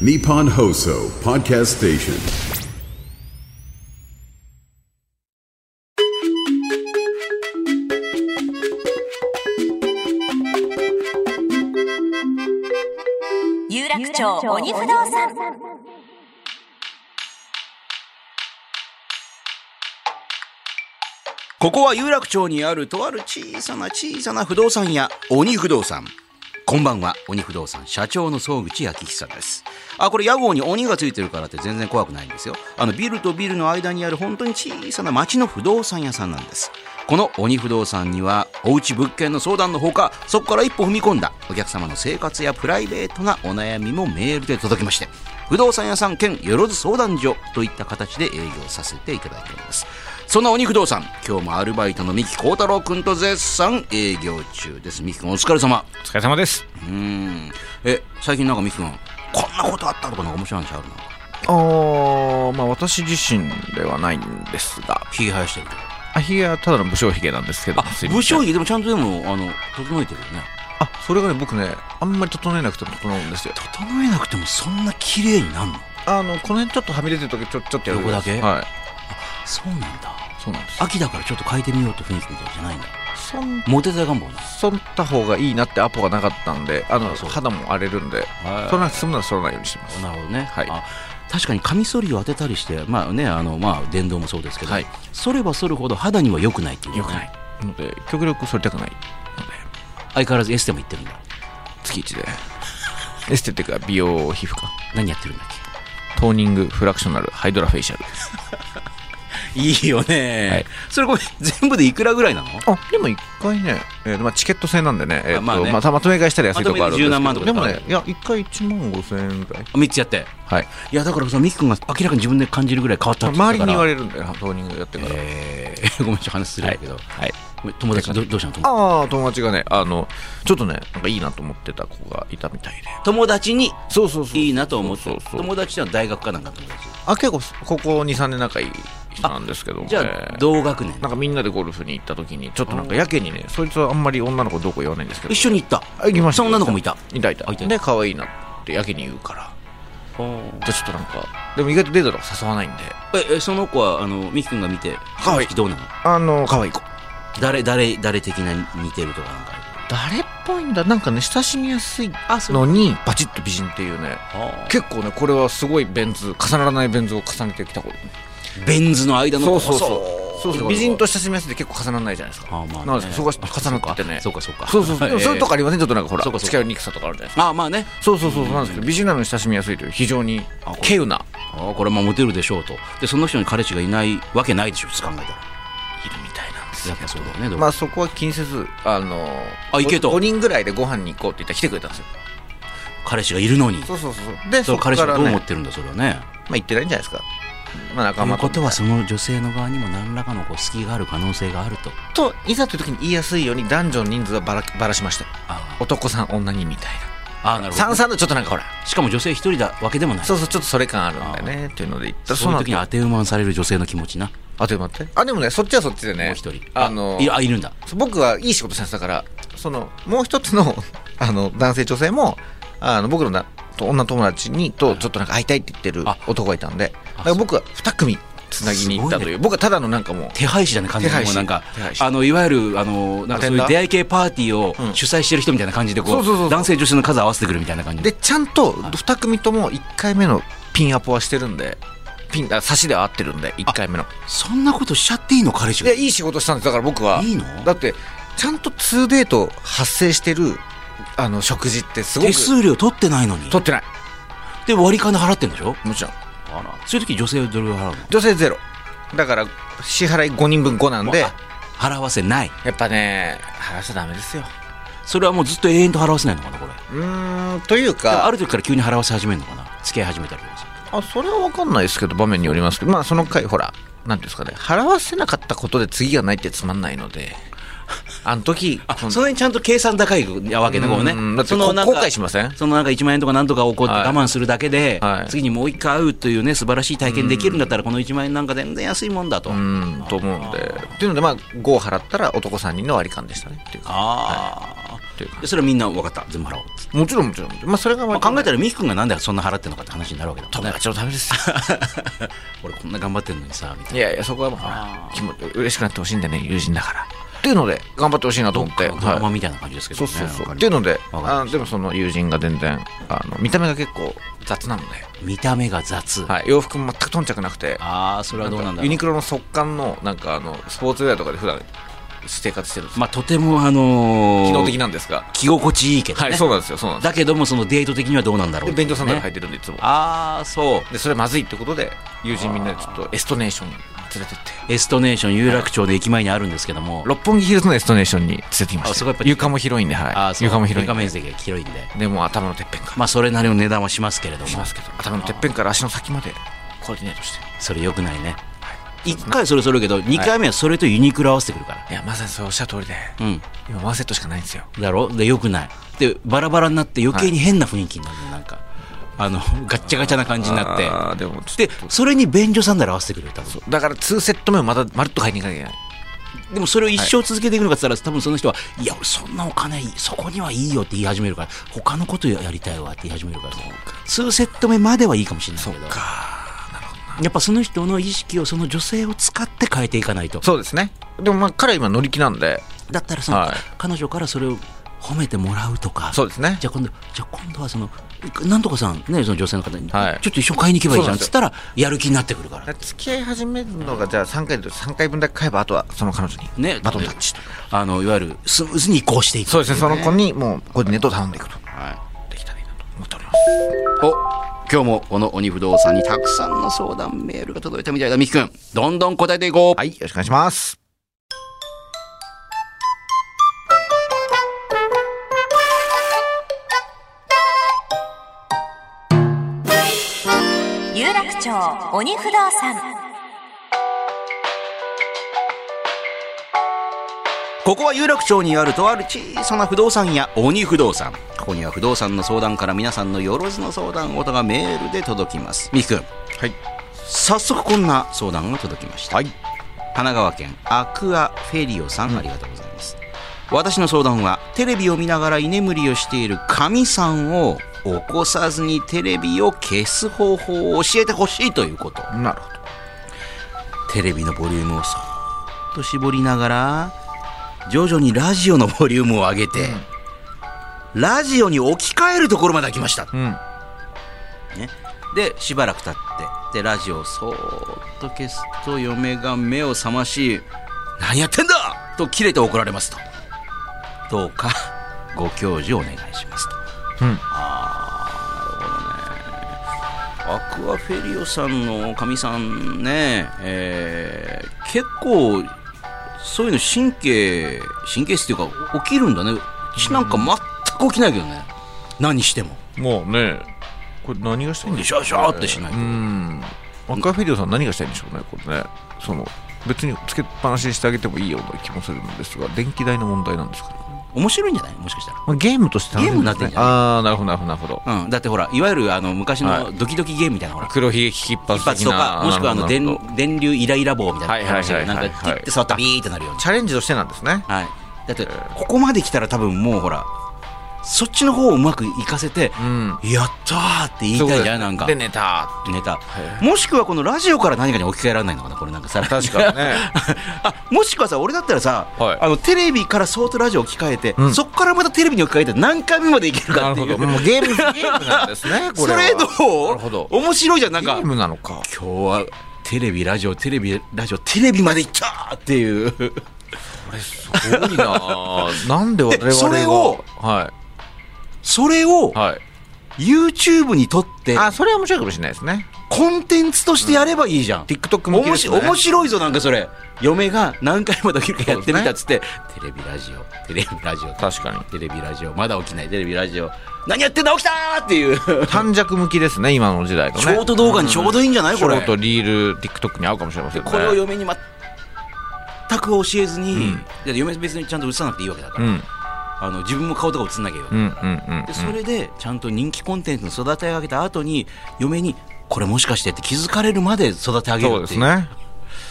Nippon Hoso Podcast Station. 有楽町鬼不動産ここは有楽町にあるとある小さな小さな不動産屋、鬼不動産。こんばんは、鬼不動産社長の総口明久です。あ、これ屋号に鬼がついてるからって全然怖くないんですよ。あの、ビルとビルの間にある本当に小さな町の不動産屋さんなんです。この鬼不動産には、おうち物件の相談のほか、そこから一歩踏み込んだお客様の生活やプライベートなお悩みもメールで届きまして、不動産屋さん兼よろず相談所といった形で営業させていただいております。その鬼不動産、今日もアルバイトの三木幸太郎君と絶賛営業中です。三木君お疲れ様。お疲れ様です。うーん。え、最近なんかミキ君、こんなことあったとかなんか面白い話あるな。あー、まあ私自身ではないんですが、ひげ生やしてるけど。あひげはただの武将ひげなんですけど、すいません武将髭でもちゃんとでも、あの、整えてるよね。あ、それがね、僕ね、あんまり整えなくても整うんですよ。整えなくてもそんな綺麗になるのあの、この辺ちょっとはみ出てるときちょ、ちょっとやるぐらいです横だけはい。そうなんだ。そうなんです。秋だからちょっと変えてみようって雰囲気みたいじゃないんだ。そん、モテたい願望だ。そんた方がいいなってアポがなかったんで、あの、そう肌も荒れるんで、はいそんな、そんならそらないようにしてます。なるほどね。はいあ確かにカミソリを当てたりして、まあね、あの、まあ、電動もそうですけど、はい剃れば剃るほど肌には良くないっていう、ね。よくない。ので、極力剃りたくない。ので、相変わらずエステも行ってるんだ。月一で。エステっていうか、美容皮膚科。何やってるんだっけトーニング、フラクショナル、ハイドラフェイシャル。いいよね、はいそれこれ全部でいくらぐらいなのあでも一回ね、えーまあ、チケット制なんでね,、えーとままああねまたまとめ買いしたら安いとこあるんですけどまとめて10何万とかでもねいや一回1万5000円ぐらい3つやってはいいやだからさミキ君が明らかに自分で感じるぐらい変わったって言っ周てりたかに言らわれるんだよトーニングやってから、えーごめんちょっと話するんだけど、はいごめん友達どどうしたの友達ああ友達がねあのちょっとねなんかいいなと思ってた子がいたみたいで友達にそうそうそういいなと思ってそうそうそう友達ってのは大学かなんかの友達あ結構ここ23年仲いい人なんですけどもねじゃあ同学年なんかみんなでゴルフに行った時にちょっとなんかやけにねそいつはあんまり女の子どうこう言わないんですけど一緒に行ったあ行きましたそんなの子もいたいたいたあいたで可愛いなってやけに言うからえじゃあちょっとなんかでも意外とデートとか誘わないんでえその子はあのミキ君が見て可愛いどうなのあの可愛い子誰誰誰的な似てるとかなんかあ誰っぽいんだなんかね親しみやすいのにバチッと美人っていうねる結構ねこれはすごいベン図重ならないベン図を重ねてきたことベン図の間のそう細そういそうそうそう美人と親しみやすいって結構重ならないじゃないですかあーまあねなんですそこが重なってってねそうかそうかそそううそかうそうでもそういうとこありませんちょっとなんかほらそうかそう付かき合うにくさとかあるじゃないですかあーまあねそうそうそうそうなんですけど美人なのに親しみやすいという非常に稀有なああこれはまあモテるでしょうとでその人に彼氏がいないわけないでしょ普通考えたらいるみたいなんですやっぱそうだよねどうまあそこは気にせずあのあ行けと5人ぐらいでご飯に行こうって言ったら来てくれたんですよ彼氏がいるのにそうそうそうでそうこか彼氏がらどう思ねってるんだそれはねまあ言ってないんじゃないですかまあと仲いう間こととはその女性の側にも何らかのこう隙がある可能性があるとといざという時に言いやすいように男女の人数はばらばらしましたよあ男さん女にみたいあななる三ほど々のちょっとなんかほらしかも女性一人だわけでもないそうそうちょっとそれ感あるんだよねっていうので言ったらそういうの時に当て馬にされる女性の気持ちなあと待ってあでもねそっちはそっちでねもう一人あのいるあいるんだそう僕はいい仕事したんですだからそのもう一つの あの男性女性もあの僕のなと女友達にとちょっとなんか会いたいって言ってるあ男がいたんでだから僕は2組つなぎに行ったというすご僕はただのなんかもう手配師だね完全に手配も師うなんか手配師あのいわゆるあのなんかそういアテンダうー出会い系パーティーをうん主催してる人みたいな感じでこそうそうそうそうう男性女性の数合わせてくるみたいな感じでちゃんと2組とも1回目のピンアポはしてるんでピンあ差しでは合ってるんで1回目のそんなことしちゃっていいの彼氏いがやいい仕事したんですだから僕はいいのだってちゃんと2デート発生してるあの食事ってすごく手数料取ってないのに取ってないで割り勘で払ってんでしょもちろんそういう時女性はどれぐらい払うの女性ゼロだから支払い5人分5なんであ払わせないやっぱね払わしちゃダメですよそれはもうずっと永遠と払わせないのかなこれうーんというかある時から急に払わせ始めるのかな付き合い始めたりとかさあそれは分かんないですけど場面によりますけどまあその回ほら何ていうんですかね払わせなかったことで次がないってつまんないのであの時こんその辺ちゃんと計算高いわけねこうねうんだってそのこなんか後悔しませんそのなんか1万円とかなんとか起こってはい我慢するだけで、はい次にもう一回会うというね素晴らしい体験できるんだったらこの1万円なんか全然安いもんだと、うんと思うんでっていうのでまあ5を払ったら男3人の割り勘でしたねっていうかああ、というかでそれはみんな分かった全部払おうっつってもちろんもちろんもちろんまあそれがままあ、考えたらミキ君がなんでそんな払ってんのかって話になるわけだもん友ね達のためです 俺こんな頑張ってんのにさみたいいやいやそこはもうほら気持ち嬉しくなってほしいんでね友人だからっていうので頑張ってほしいなと思ってなドラマはいみたいな感じですけどそうね、そうそうわかりまっしてたいうわのでかりまあのでもその友人が全然あの見た目が結構雑なので、見た目が雑、はい、洋服も全く頓着なくてああそれはどうなんだろうユニクロの速乾のなんかあのスポーツウェアとかで普段生活してるんですよまあとてもあのー機能的なんですが、着心地いいけどね、はいそうなんですよそうなんですだけどもそのデート的にはどうなんだろうで便所サンダル履いねてるんでいつもああそうでそれまずいってことで友人みんなでちょっとエストネーションに連れてってエストネーション有楽町で駅前にあるんですけども、六本木ヒルズのエストネーションに連れてきまあそしこやったぱり床も広いんであはあいそう床も広い床んで面積が広いんででもう頭のてっぺんからまあそれなりの値段はしますけれどもしますけど頭のてっぺんから足の先までコーディネートしてそれよくないね、一1回それそれるけど2回目はそれとユニクロ合わせてくるから、いやまさにそうおっしゃる通りでうん今ワンセットしかないんですよだろでよくないでバラバラになって余計に変な雰囲気になるのなんかあの ガッチャガチャな感じになってあーでもちょっでそれに便所サンダル合わせてくれる多分とだから2セット目をまたまるっと買いに行かなきゃいけないでもそれを一生続けていくのかって言ったら、多分その人はいや俺そんなお金いいそこにはいいよって言い始めるから他のことやりたいわって言い始めるから数セット目まではいいかもしれないけどやっぱその人の意識をその女性を使って変えていかないとそうですねでもまあ彼は今乗り気なんでだったらその、はい彼女からそれを褒めてもらうとかそうですねじゃあ今度じゃあ今度はそのなんとかさんねその女性の方に、はいちょっと一緒に買いに行けばいいじゃんっそつうったらやる気になってくるから付き合い始めるのがじゃあ3回で3回分だけ買えばあとはその彼女にねバトンタッチとあのいわゆるスムーズに移行していくそうですねその子にもうコーディネートを頼んでいくとできたらいいなと思っておりますお今日もこの鬼不動産にたくさんの相談メールが届いたみたいだみきくんどんどん答えていこう、はいよろしくお願いします有楽町鬼不動産ここは有楽町にあるとある小さな不動産屋鬼不動産ここには不動産の相談から皆さんのよろずの相談事がメールで届きますみきくんはい早速こんな相談が届きました、はい神奈川県アクアフェリオさん、ありがとうございます私の相談はテレビを見ながら居眠りをしている神さんを起こさずにテレビを消す方法を教えてほしいということなるほどテレビのボリュームをそーっと絞りながら徐々にラジオのボリュームを上げて、ラジオに置き換えるところまで来ました、うんね、でしばらく経ってでラジオをそーっと消すと嫁が目を覚まし「何やってんだ!」と切れて怒られますと「どうかご教授お願いします」と。うんアクアフェリオさんのかみさんね、えー結構そういうの神経神経質というか起きるんだねうちなんか全く起きないけどね何してももうねこれ何がしたいんでしシょャーシャーってしないと、うんアクアフィリオさん何がしたいんでしょうねこれねその別につけっぱなしにしてあげてもいいような気もするんですが電気代の問題なんですかね面白いんじゃないもしかしたら。まあゲームとして楽しみでゲームになっすねてんじゃないああなるほどなるほどなるほどうん、だってほらいわゆるあの昔はのドキドキゲームみたいなほら、黒ひげ危機一一発とかもしくはあの電電流イライラ棒みたいな話はでいはないんはいはか切いって触ったらビーってなるようにチャレンジとしてなんですねはい、だってここまで来たら多分もうほらそっちの方をうまくいかせて、んやったーって言いたいじゃんなんかで寝たネタもしくはこのラジオから何かに置き換えられないのかなこれなんかさらに あもしくはさ俺だったらさ、はいあのテレビから相当ラジオ置き換えて、んそこからまたテレビに置き換えて何回目までいけるかなっるていほうどもうゲームゲームなんですねこそれはれのな方るほど面白いじゃんなんゲかームなのか今日はテレビラジオテレビラジオテレビまで行ったーっていうすごいなあなんで我々がでそれをは それをいはい YouTube に撮ってあそれは面白いかもしれないですねコンテンツとしてやればいいじゃん、 TikTok も面白い面白いぞなんかそれ嫁が何回もできるかやってみたっつって、 テレビラジオテレビラジオ確かにテレビラジオまだ起きないテレビラジオ何やってんだ起きたーって いう短尺向きですね今の時代のねショート動画にちょうどいいんじゃないシこョれートリール TikTok に合うかもしれませんねこれを嫁に全く教えずに、だって嫁別にちゃんと映さなくていいわけだかうら、んうんあの自分も顔とか映んなきゃいいわけうんうんでそれでちゃんと人気コンテンツに育て上げた後に嫁にこれもしかしてって気づかれるまで育て上げるそうっでてすいうね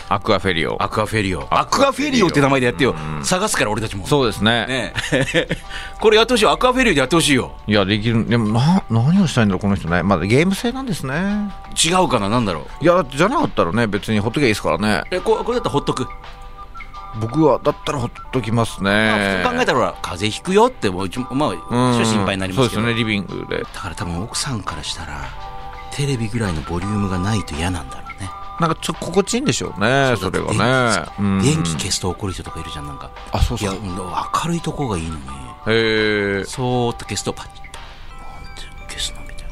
アクアフェリオ。アクアフェリオ。アクアフェリオって名前でやってよ。探すから俺たちも。そうですね。ね えこれやってほしいよ。アクアフェリオでやってほしいよ。いや、できる。でも、な、何をしたいんだろう、この人ね。まだゲーム性なんですね。違うかななんだろう。いや、だってじゃなかったらね、別にほっときゃいいですからね。えここれだったらほっとく。僕は、だったらほっときますまねあ。普通考えたらほら風邪ひくよってもう一もまあうん一応心配になりますけど。そうですね、リビングで。だから多分奥さんからしたらテレビぐらいのボリュームがないと嫌なんだろうね。なんか、ちょっと心地いいんでしょうね、それがね。うん電気消すと怒る人とかいるじゃんなんか。あそうっいすやかうん明るいとこがいいのに。へえ。そーっと消すとパッてなんて消すのみたいな。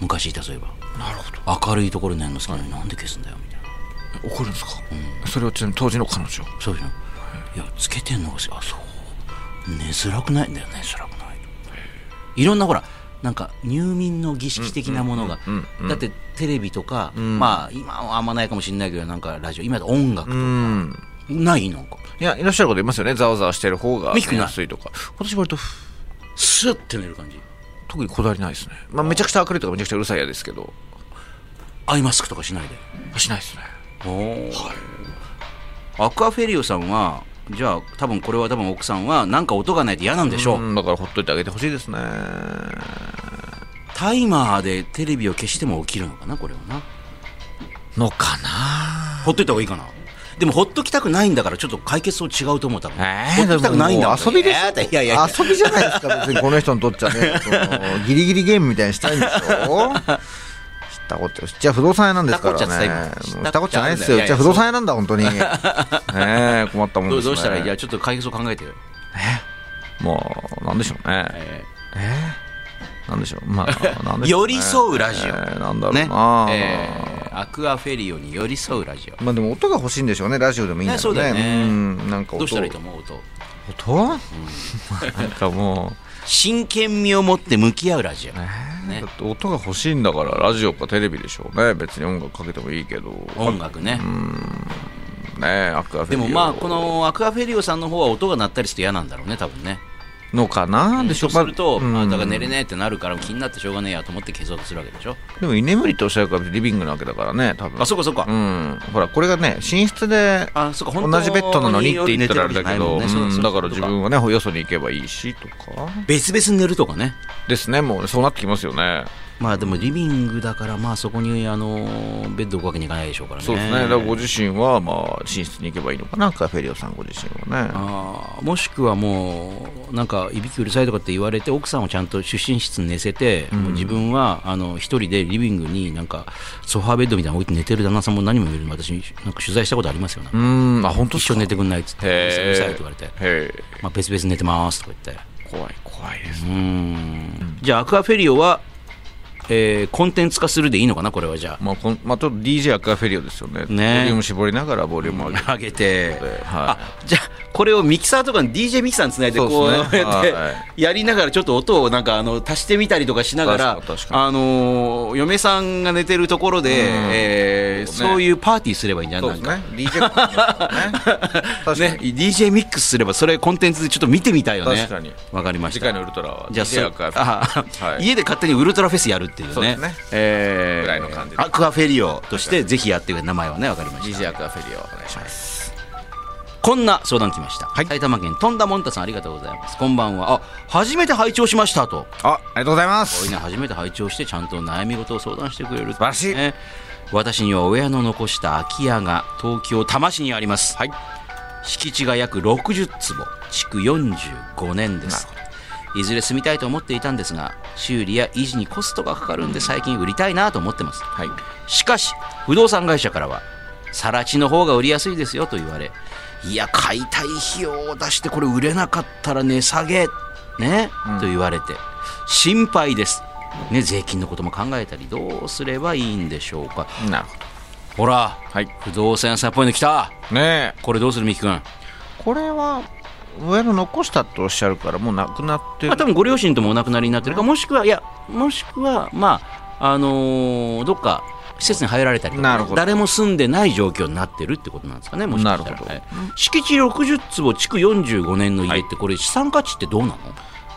昔いたそういえば。なるほど。明るいところにやるの好きなのになんで消すんだよみたいな。怒るんですか、それはちなみに当時の彼女。そうじゃんいやつけてんのがすあそう寝づらくないんだよねづらくないいろんなほらなんか入眠の儀式的なものが、だってテレビとか、まあ今はあんまないかもしれないけどなんかラジオ今だと音楽とか、ないなんかいや、いらっしゃる方いますよね。ざわざわしてる方が。ミキ君ない安いとか。私割と、ふスッて寝る感じ特にこだわりないですね。まあ、めちゃくちゃ明るいとかめちゃくちゃうるさいやですけど。アイマスクとかしないでしないですね。アクアフェリオさんはじゃあ多分これは多分奥さんはなんか音がないと嫌なんでしょう、うん、だからほっといてあげてほしいですね。タイマーでテレビを消しても起きるのかなこれはなのかなほっといた方がいいかな。でもほっときたくないんだからちょっと解決と違うと思う多分。えほっときたくないんだもん遊びですえーいやいやいや。遊びじゃないですか、別にこの人にとっちゃ ね、そのギリギリゲームみたいにしたいんでしょ。したことじゃあ不動産屋なんですからね。知ったこっちゃってさ今もう知ったこっちゃないですよ。知ったこっちゃないんだよじゃあ不動産屋なんだ、本当に。ねえ、困ったもんどでうすね。どうしたらいいじゃあちょっと解決を考えてよ。まあ、なんでしょうね。えーなんでしょう。まあ、なんでしょ寄うねり添うラジオえーなんだろうね。な。えーアクアフェリオに寄り添うラジオ。まあでも音が欲しいんでしょうね。ラジオでもいいんねだろそううだね。よねん、なんか音をどうしたらいいと思うと。音 なんかも真剣味を持って向き合うラジオ。う、ねだって音が欲しいんだからラジオかテレビでしょうね別に音楽かけてもいいけど音楽ね。ねアクアフェでリもオまあこのアクアフェリオさんの方は音が鳴ったりすると嫌なんだろうね多分ね。のかなでしそょうすると、ままああうんだから寝れねえってなるから気になってしょうがねえやと思って消そうとするわけでしょ。でも居眠りとおっしゃるからリビングなわけだからね多分あそっかそっか。うん、ほらこれがね寝室であそうか本当同じベッドなのにって言ったらあれだ寝けど、てるわけじゃないもんねそうだうそんうだだから自分はねよそに行けばいいしとか別々に寝るとかね。ですねもうそうなってきますよねまあでもリビングだからまあそこにあのベッド置くわけにいかないでしょうからね。そうですねだからご自身はまあ寝室に行けばいいのかなカフェリオさんご自身はねあーもしくはもうなんかいびきうるさいとかって言われて奥さんをちゃんと出身室に寝せて、もう自分はあの一人でリビングになんかソファーベッドみたいなの置いて寝てる旦那さんも何もいるの私なんか取材したことありますよなんかうんあ本当一緒に寝てくんないっつってうるさいうるさいって言われて、へまあ、別々に寝てますとか言ってえ怖い怖いですうーんじゃあアクアフェリオは、えーコンテンツ化するでいいのかなこれはじゃあまあこんまあちょっと DJ アクアフェリオですよねボリねューム絞りながらボリューム上げる上げて、はあじゃあこれをミキサーとかに DJ ミキサーにつないでそうですこうねやって、はやりながらちょっと音をなんかあの足してみたりとかしながら確かに確かにあのー嫁さんが寝てるところで、えーそうねそういうパーティーすればいいんじゃんそうなでいすかね DJ アクアフェ リオですからね確かねに、 DJ ミックスすればそれコンテンツでちょっと見てみたいよね確かにわかりました次回のウルトラはじゃあ DJ アクアフェリオそうあはい家で勝手にウルトラフェスやるっていうねそうですねえーぐらいの感じでアクアフェリオとしてぜひやってくれ名前はねわかりました DJ アクアフェリオお願いしますこんな相談来ました、埼玉県とんだもんたさんありがとうございますこんばんはあ初めて拝聴しましたとあありがとうございまこすれね初めて拝聴してちゃんと悩み事を相談してくれる素晴らしい私には親の残した空き家が東京多摩市にあります、はい敷地が約60坪築45年ですいずれ住みたいと思っていたんですが修理や維持にコストがかかるんで最近売りたいなと思ってますはいしかし不動産会社からは更地の方が売りやすいですよと言われいや解体費用を出してこれ売れなかったら値下げね、と言われて心配ですね税金のことも考えたりどうすればいいんでしょうかなるほほら、はい不動産屋さんっぽいの来たどねえこれどうするみきくんまこれは親の残したとおっしゃるからもうなくなってあ多分ご両親ともお亡くなりになってるかもしくはいやもしくはまああのーどっか施設に入られたりとかなるほど誰も住んでない状況になってるってことなんですかねもしかしたらなるほどはい敷地60坪築45年の家ってこれ資産価値ってどうなの、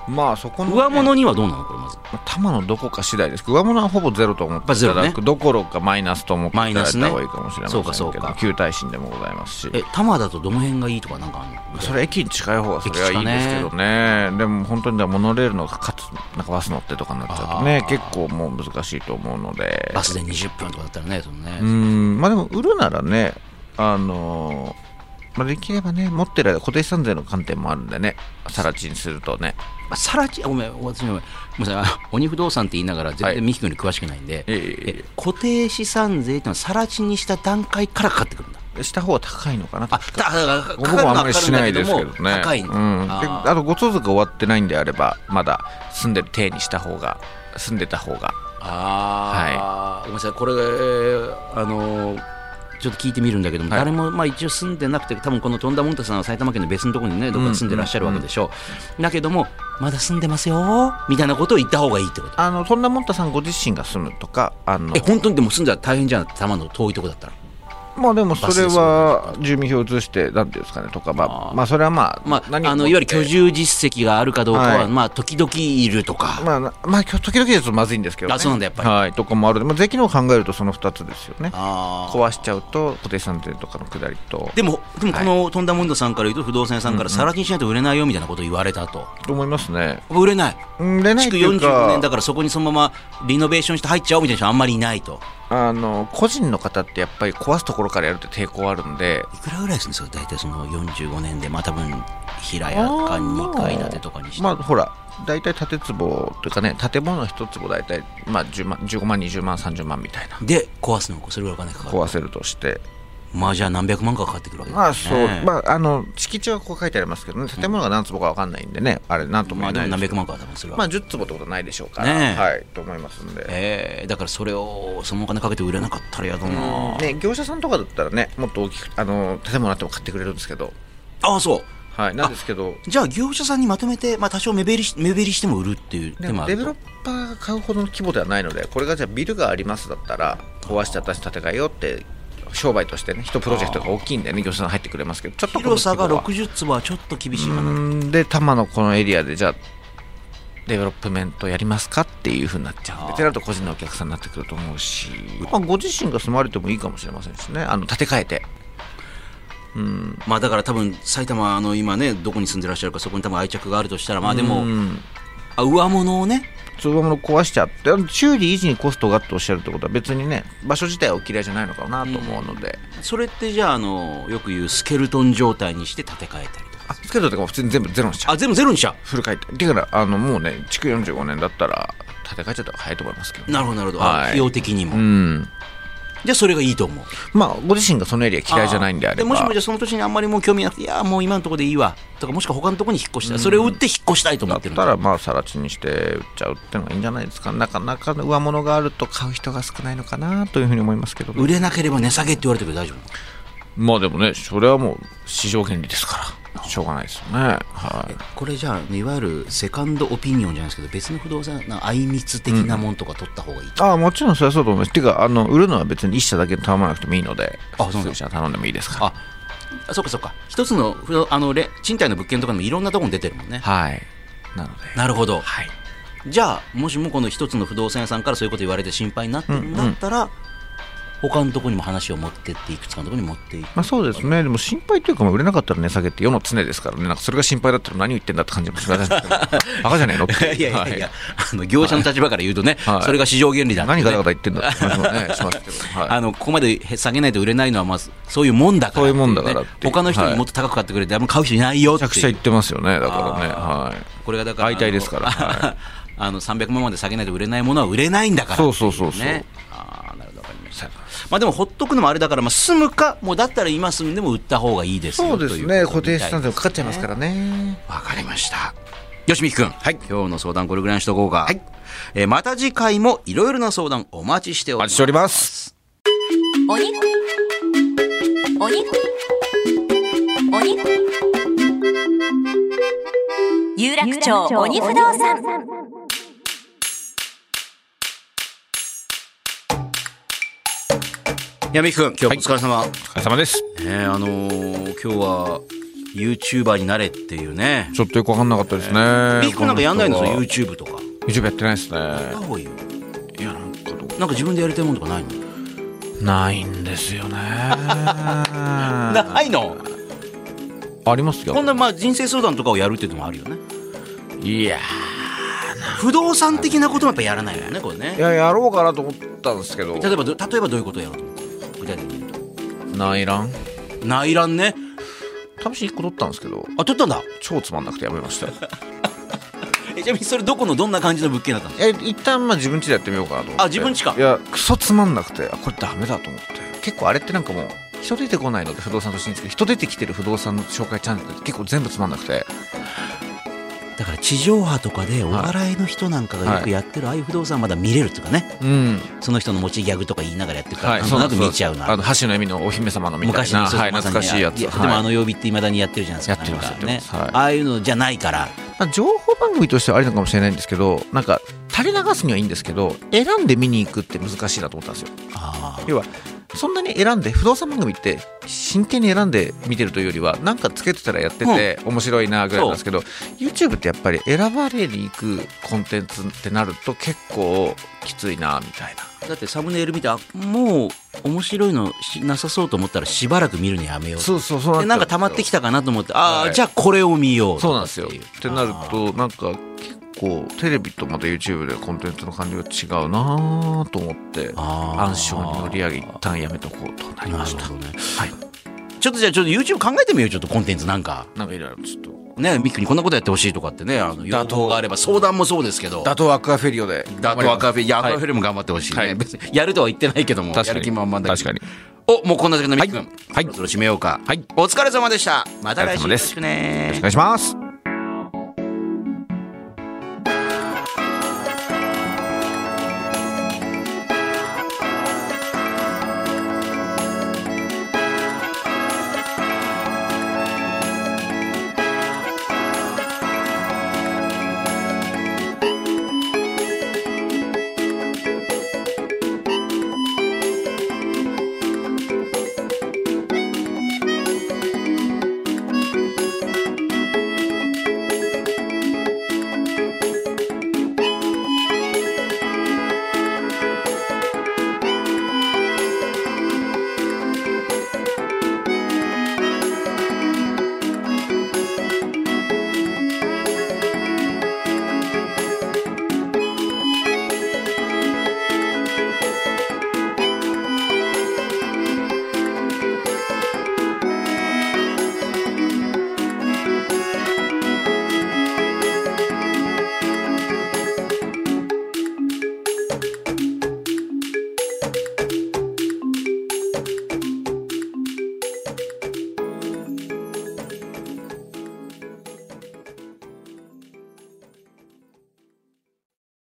まあそこの、上物にはどうなのこれまず多摩のどこか次第です上物はほぼゼロと思っていたまあゼだロく、どころかマイナスと思っていただいた方がいいかもしれませんマイナスねそうけど、かそうか旧耐震でもございますしえ多摩だとどの辺がいいとかなんかあるのそれ駅に近い方がそれはいいんですけどねでも本当にだからモノレールのかつなんかバス乗ってとかになっちゃうとね結構もう難しいと思うのでバスで20分とかだったらねそのね、うんまあでも売るならねあのーまあ、できればね持ってる間固定資産税の観点もあるんでね更地にするとねあさらちごめん私ごめんごめんなさいあ鬼不動産って言いながら全はい然ミキ君に詳しくないんで、えええええ固定資産税ってのはさらちにした段階からかかってくるんだした方が高いのかなあただからかか僕るのもはあんまかりかるしんないだけですどけもどね。高いんだ、うん、でああとご相続が終わってないんであればまだ住んでる体にした方が住んでた方があー、ごめんなさいこれ、えーあのーちょっと聞いてみるんだけども、はい誰も、まあ、一応住んでなくて多分このとんだもんたさんは埼玉県の別のところにねどこか住んでらっしゃるわけでしょう、だけどもまだ住んでますよみたいなことを言った方がいいってことあのそんなもんたさんご自身が住むとかあのえ本当にでも住んだら大変じゃん玉の遠いとこだったらまあでもそれは住民票移してなんていうんですかねとかまあまあそれはまあまあ、あ何をのもっていわゆる居住実績があるかどうかは、はいまあ、時々いるとか、まあなまあきょ時々ですとまずいんですけどねあそうなんだやっぱりはいとかもあるでまあ税金の方を考えるとその二つですよねあー壊しちゃうと固定資産税とかの下りとでも、でもこのトンダモンドさんから言うと、不動産屋さんから、さらにしないと売れないよみたいなことを言われたと、と思いますね売れない、うんでないっ築ていうか45年だから、そこにそのままリノベーションして入っちゃおうみたいな人、あんまりいないと、あの個人の方ってやっぱり壊すところからやるって抵抗あるんでいくらぐらいするんですか、大体その45年で、まあ多分平屋か2階建てとかにして、まあほら大体建坪というかね建物一坪大体、まあ、10万15万20万30万みたいなで、壊すのも、それぐらいお金かかる、壊せるとしてまあじゃあ、何百万かかかってくるわけまあですそう、ね。まああの敷地はこう書いてありますけどね建物が何坪か分かんないんでね、あれ何ともま言あえでなも何いです百けど万かは多分するわけですよまあ10坪ってことないでしょうから、ねえはいと思いますんで、えー、だからそれをそのお金かけて売れなかったらやだな、ね、業者さんとかだったらねもっと大きくあの建物あっても買ってくれるんですけどああそうはいなんですけどじゃあ業者さんにまとめて、まあ、多少目減りし目減りしても売るっていう手でもあデるベロとッパーが買うほどの規模ではないのでこれがじゃあビルがありますだったら壊して私建て替えようって商売としてね一プロジェクトが大きいんでね業者さん入ってくれますけどちょっとこの広規さ模がは60坪はちょっと厳しいかなうんで多摩のこのエリアでじゃあデベロップメントやりますかっていうふうになっちゃうんでってなると個人のお客さんになってくると思うし、まあ、ご自身が住まれてもいいかもしれませんしねあの建て替えてまあだから多分埼玉の今ねどこに住んでらっしゃるかそこに多分愛着があるとしたらまあでもあ上物をね通話も壊しちゃってあの修理維持にコストがっておっしゃるってことは別にね場所自体はお嫌いじゃないのかなと思うので、それってじゃああのよく言うスケルトン状態にして建て替えたりとかあスケートとかも普通に全部ゼロにしちゃうあ全部ゼロにしちゃフル回転だからあのもうね築45年だったら建て替えちゃった方が早いと思いますけどうね、なるほどなるほど、あはい費用的にも、うんじゃあそれがいいと思うまあご自身がそのエリア嫌いじゃないんであればもしもじゃあその年にあんまりもう興味なくていやもう今のところでいいわとかもしくは他のところに引っ越したいそれを売って引っ越したいと思だっってるんただらまあ更地にして売っちゃうってのがいいんじゃないですかなかなか上物があると買う人が少ないのかなというふうに思いますけどね、売れなければ値下げって言われてるけど大丈夫まあでもねそれはもう市場原理ですからしょうがないですよねはいこれじゃあいわゆるセカンドオピニオンじゃないですけど別の不動産なあいみつ的なもんとか取った方がいいと、ああもちろんそれはそうだと思いますていうかあの売るのは別に一社だけに頼まなくてもいいのであそうなんだ数社頼んでもいいですからああそうかそうか一つの不動あのれ賃貸の物件とかでもいろんなとこに出てるもんねはいなのでなるほどはいじゃあもしもこの一つの不動産屋さんからそういうこと言われて心配になってるんだったら、他のところにも話を持ってっていくつかのところに持っていくまあ、そうですね、でも心配というか、まあ売れなかったら値下げって世の常ですからね、なんかそれが心配だったら何言ってんだって感じもしますけど、 バカじゃねえのっていう いやいやいやは、 あの業者の立場から言うとね、はいそれが市場原理だってね何ガタガタ言ってんだって感じもね、しますけど、はいあのここまで下げないと売れないのは、まあ、そういうもんだからそういうもんだからっていう他の人にもっと高く買ってくれて、あんま買う人いないよっめちていうゃくちゃ言ってますよね、だからね、はこれがだから相対ですからあの はあの300万まで下げないと売れないものは売れないんだからそうそうそうそうねあーなるほどわかりましたまあでもほっとくのもあれだから、まあ、住むかもうだったら今住んでも売った方がいいでい、すよということみたい税もかかっちゃいますからね。わかりました。よしみきくん、今日の相談これぐらいにしとこうか。えーまた次回もいろいろな相談お待ちしておおりま待す。ちしております。お肉お肉お肉有楽町鬼不動産いやみきくん、今日お疲れ様。お疲れ様です。ねえあのー今日は YouTuber になれっていうねちょっとよくわかんなかったですね。ビーフ君なんかやんないのこその人は YouTube とか YouTube やってないですね。どういういや、なんかどなんか自分でやりたいもんとかないのうないんです よね。ないのありますよこん。なまあ人生相談とかをやるっていうのもあるよねいや不動産的なこともやっぱやらないよねこれねいや、やろうかなと思ったんですけど。例えばど例えばどういうことをやろうと思ってる具体的に言う内覧と内覧ね試しに1個取ったんですけど、あ取ったんだ超つまんなくてやめましたよ。えちなみにそれどこのどんな感じの物件だったのえ、一旦まあ自分家でやってみようかなと思って。あ自分家かいや、クソつまんなくて、あ、これダメだと思って。結構あれってなんかもう、人出てこないので不動産としていいんですけど、人出てきてる不動産の紹介チャンネルって結構全部つまんなくて。だから地上波とかでお笑いの人なんかがよくやってるああいう不動産まだ見れるとかね、うん。その人の持ちギャグとか言いながらやってるから、はい、なんとなく見ちゃうなあの、橋の意味のお姫様のみたい昔のな、そうはい、まさ懐にかしいやつ。ではいもあの曜日っていまだにやってるじゃないですかやってますなんかねやってますはいああいうのじゃないからまあ、情報番組としてはありなのかもしれないんですけどなんか垂れ流すにはいいんですけど選んで見に行くって難しいなと思ったんですよあ要はそんなに選んで不動産番組って真剣に選んで見てるというよりはなんかつけてたらやってて面白いなぐらいなんですけど YouTube ってやっぱり選ばれに行くコンテンツってなると結構きついなみたいなあだってサムネイル見てあもう面白いのしなさそうと思ったらしばらく見るのやめようそうそうそうでなんか溜まってきたたかなと思ってああ、はいじゃあこれを見ようそうなんですよとかいってなるとなんか結構テレビとまた YouTube でコンテンツの感じが違うなと思ってあー暗礁に乗り上げ一旦やめとこうとなりましたなるほどねはいちょっとじゃあちょっと YouTube 考えてみようよちょっとコンテンツなんかなんかいろいろちょっとねミックにこんなことやってほしいとかってねあの要望があれば相談もそうですけど打倒アクアフェリオでダートアカフェいやアはいカフェルも頑張ってほしいね、はい別にやるとは言ってないけども確かやにる気満々だけど確かおもうこんな時間のみっくんはいそろそろ締めようか、はいお疲れ様でしたまた来週よお疲れ様でろすしくねお願いします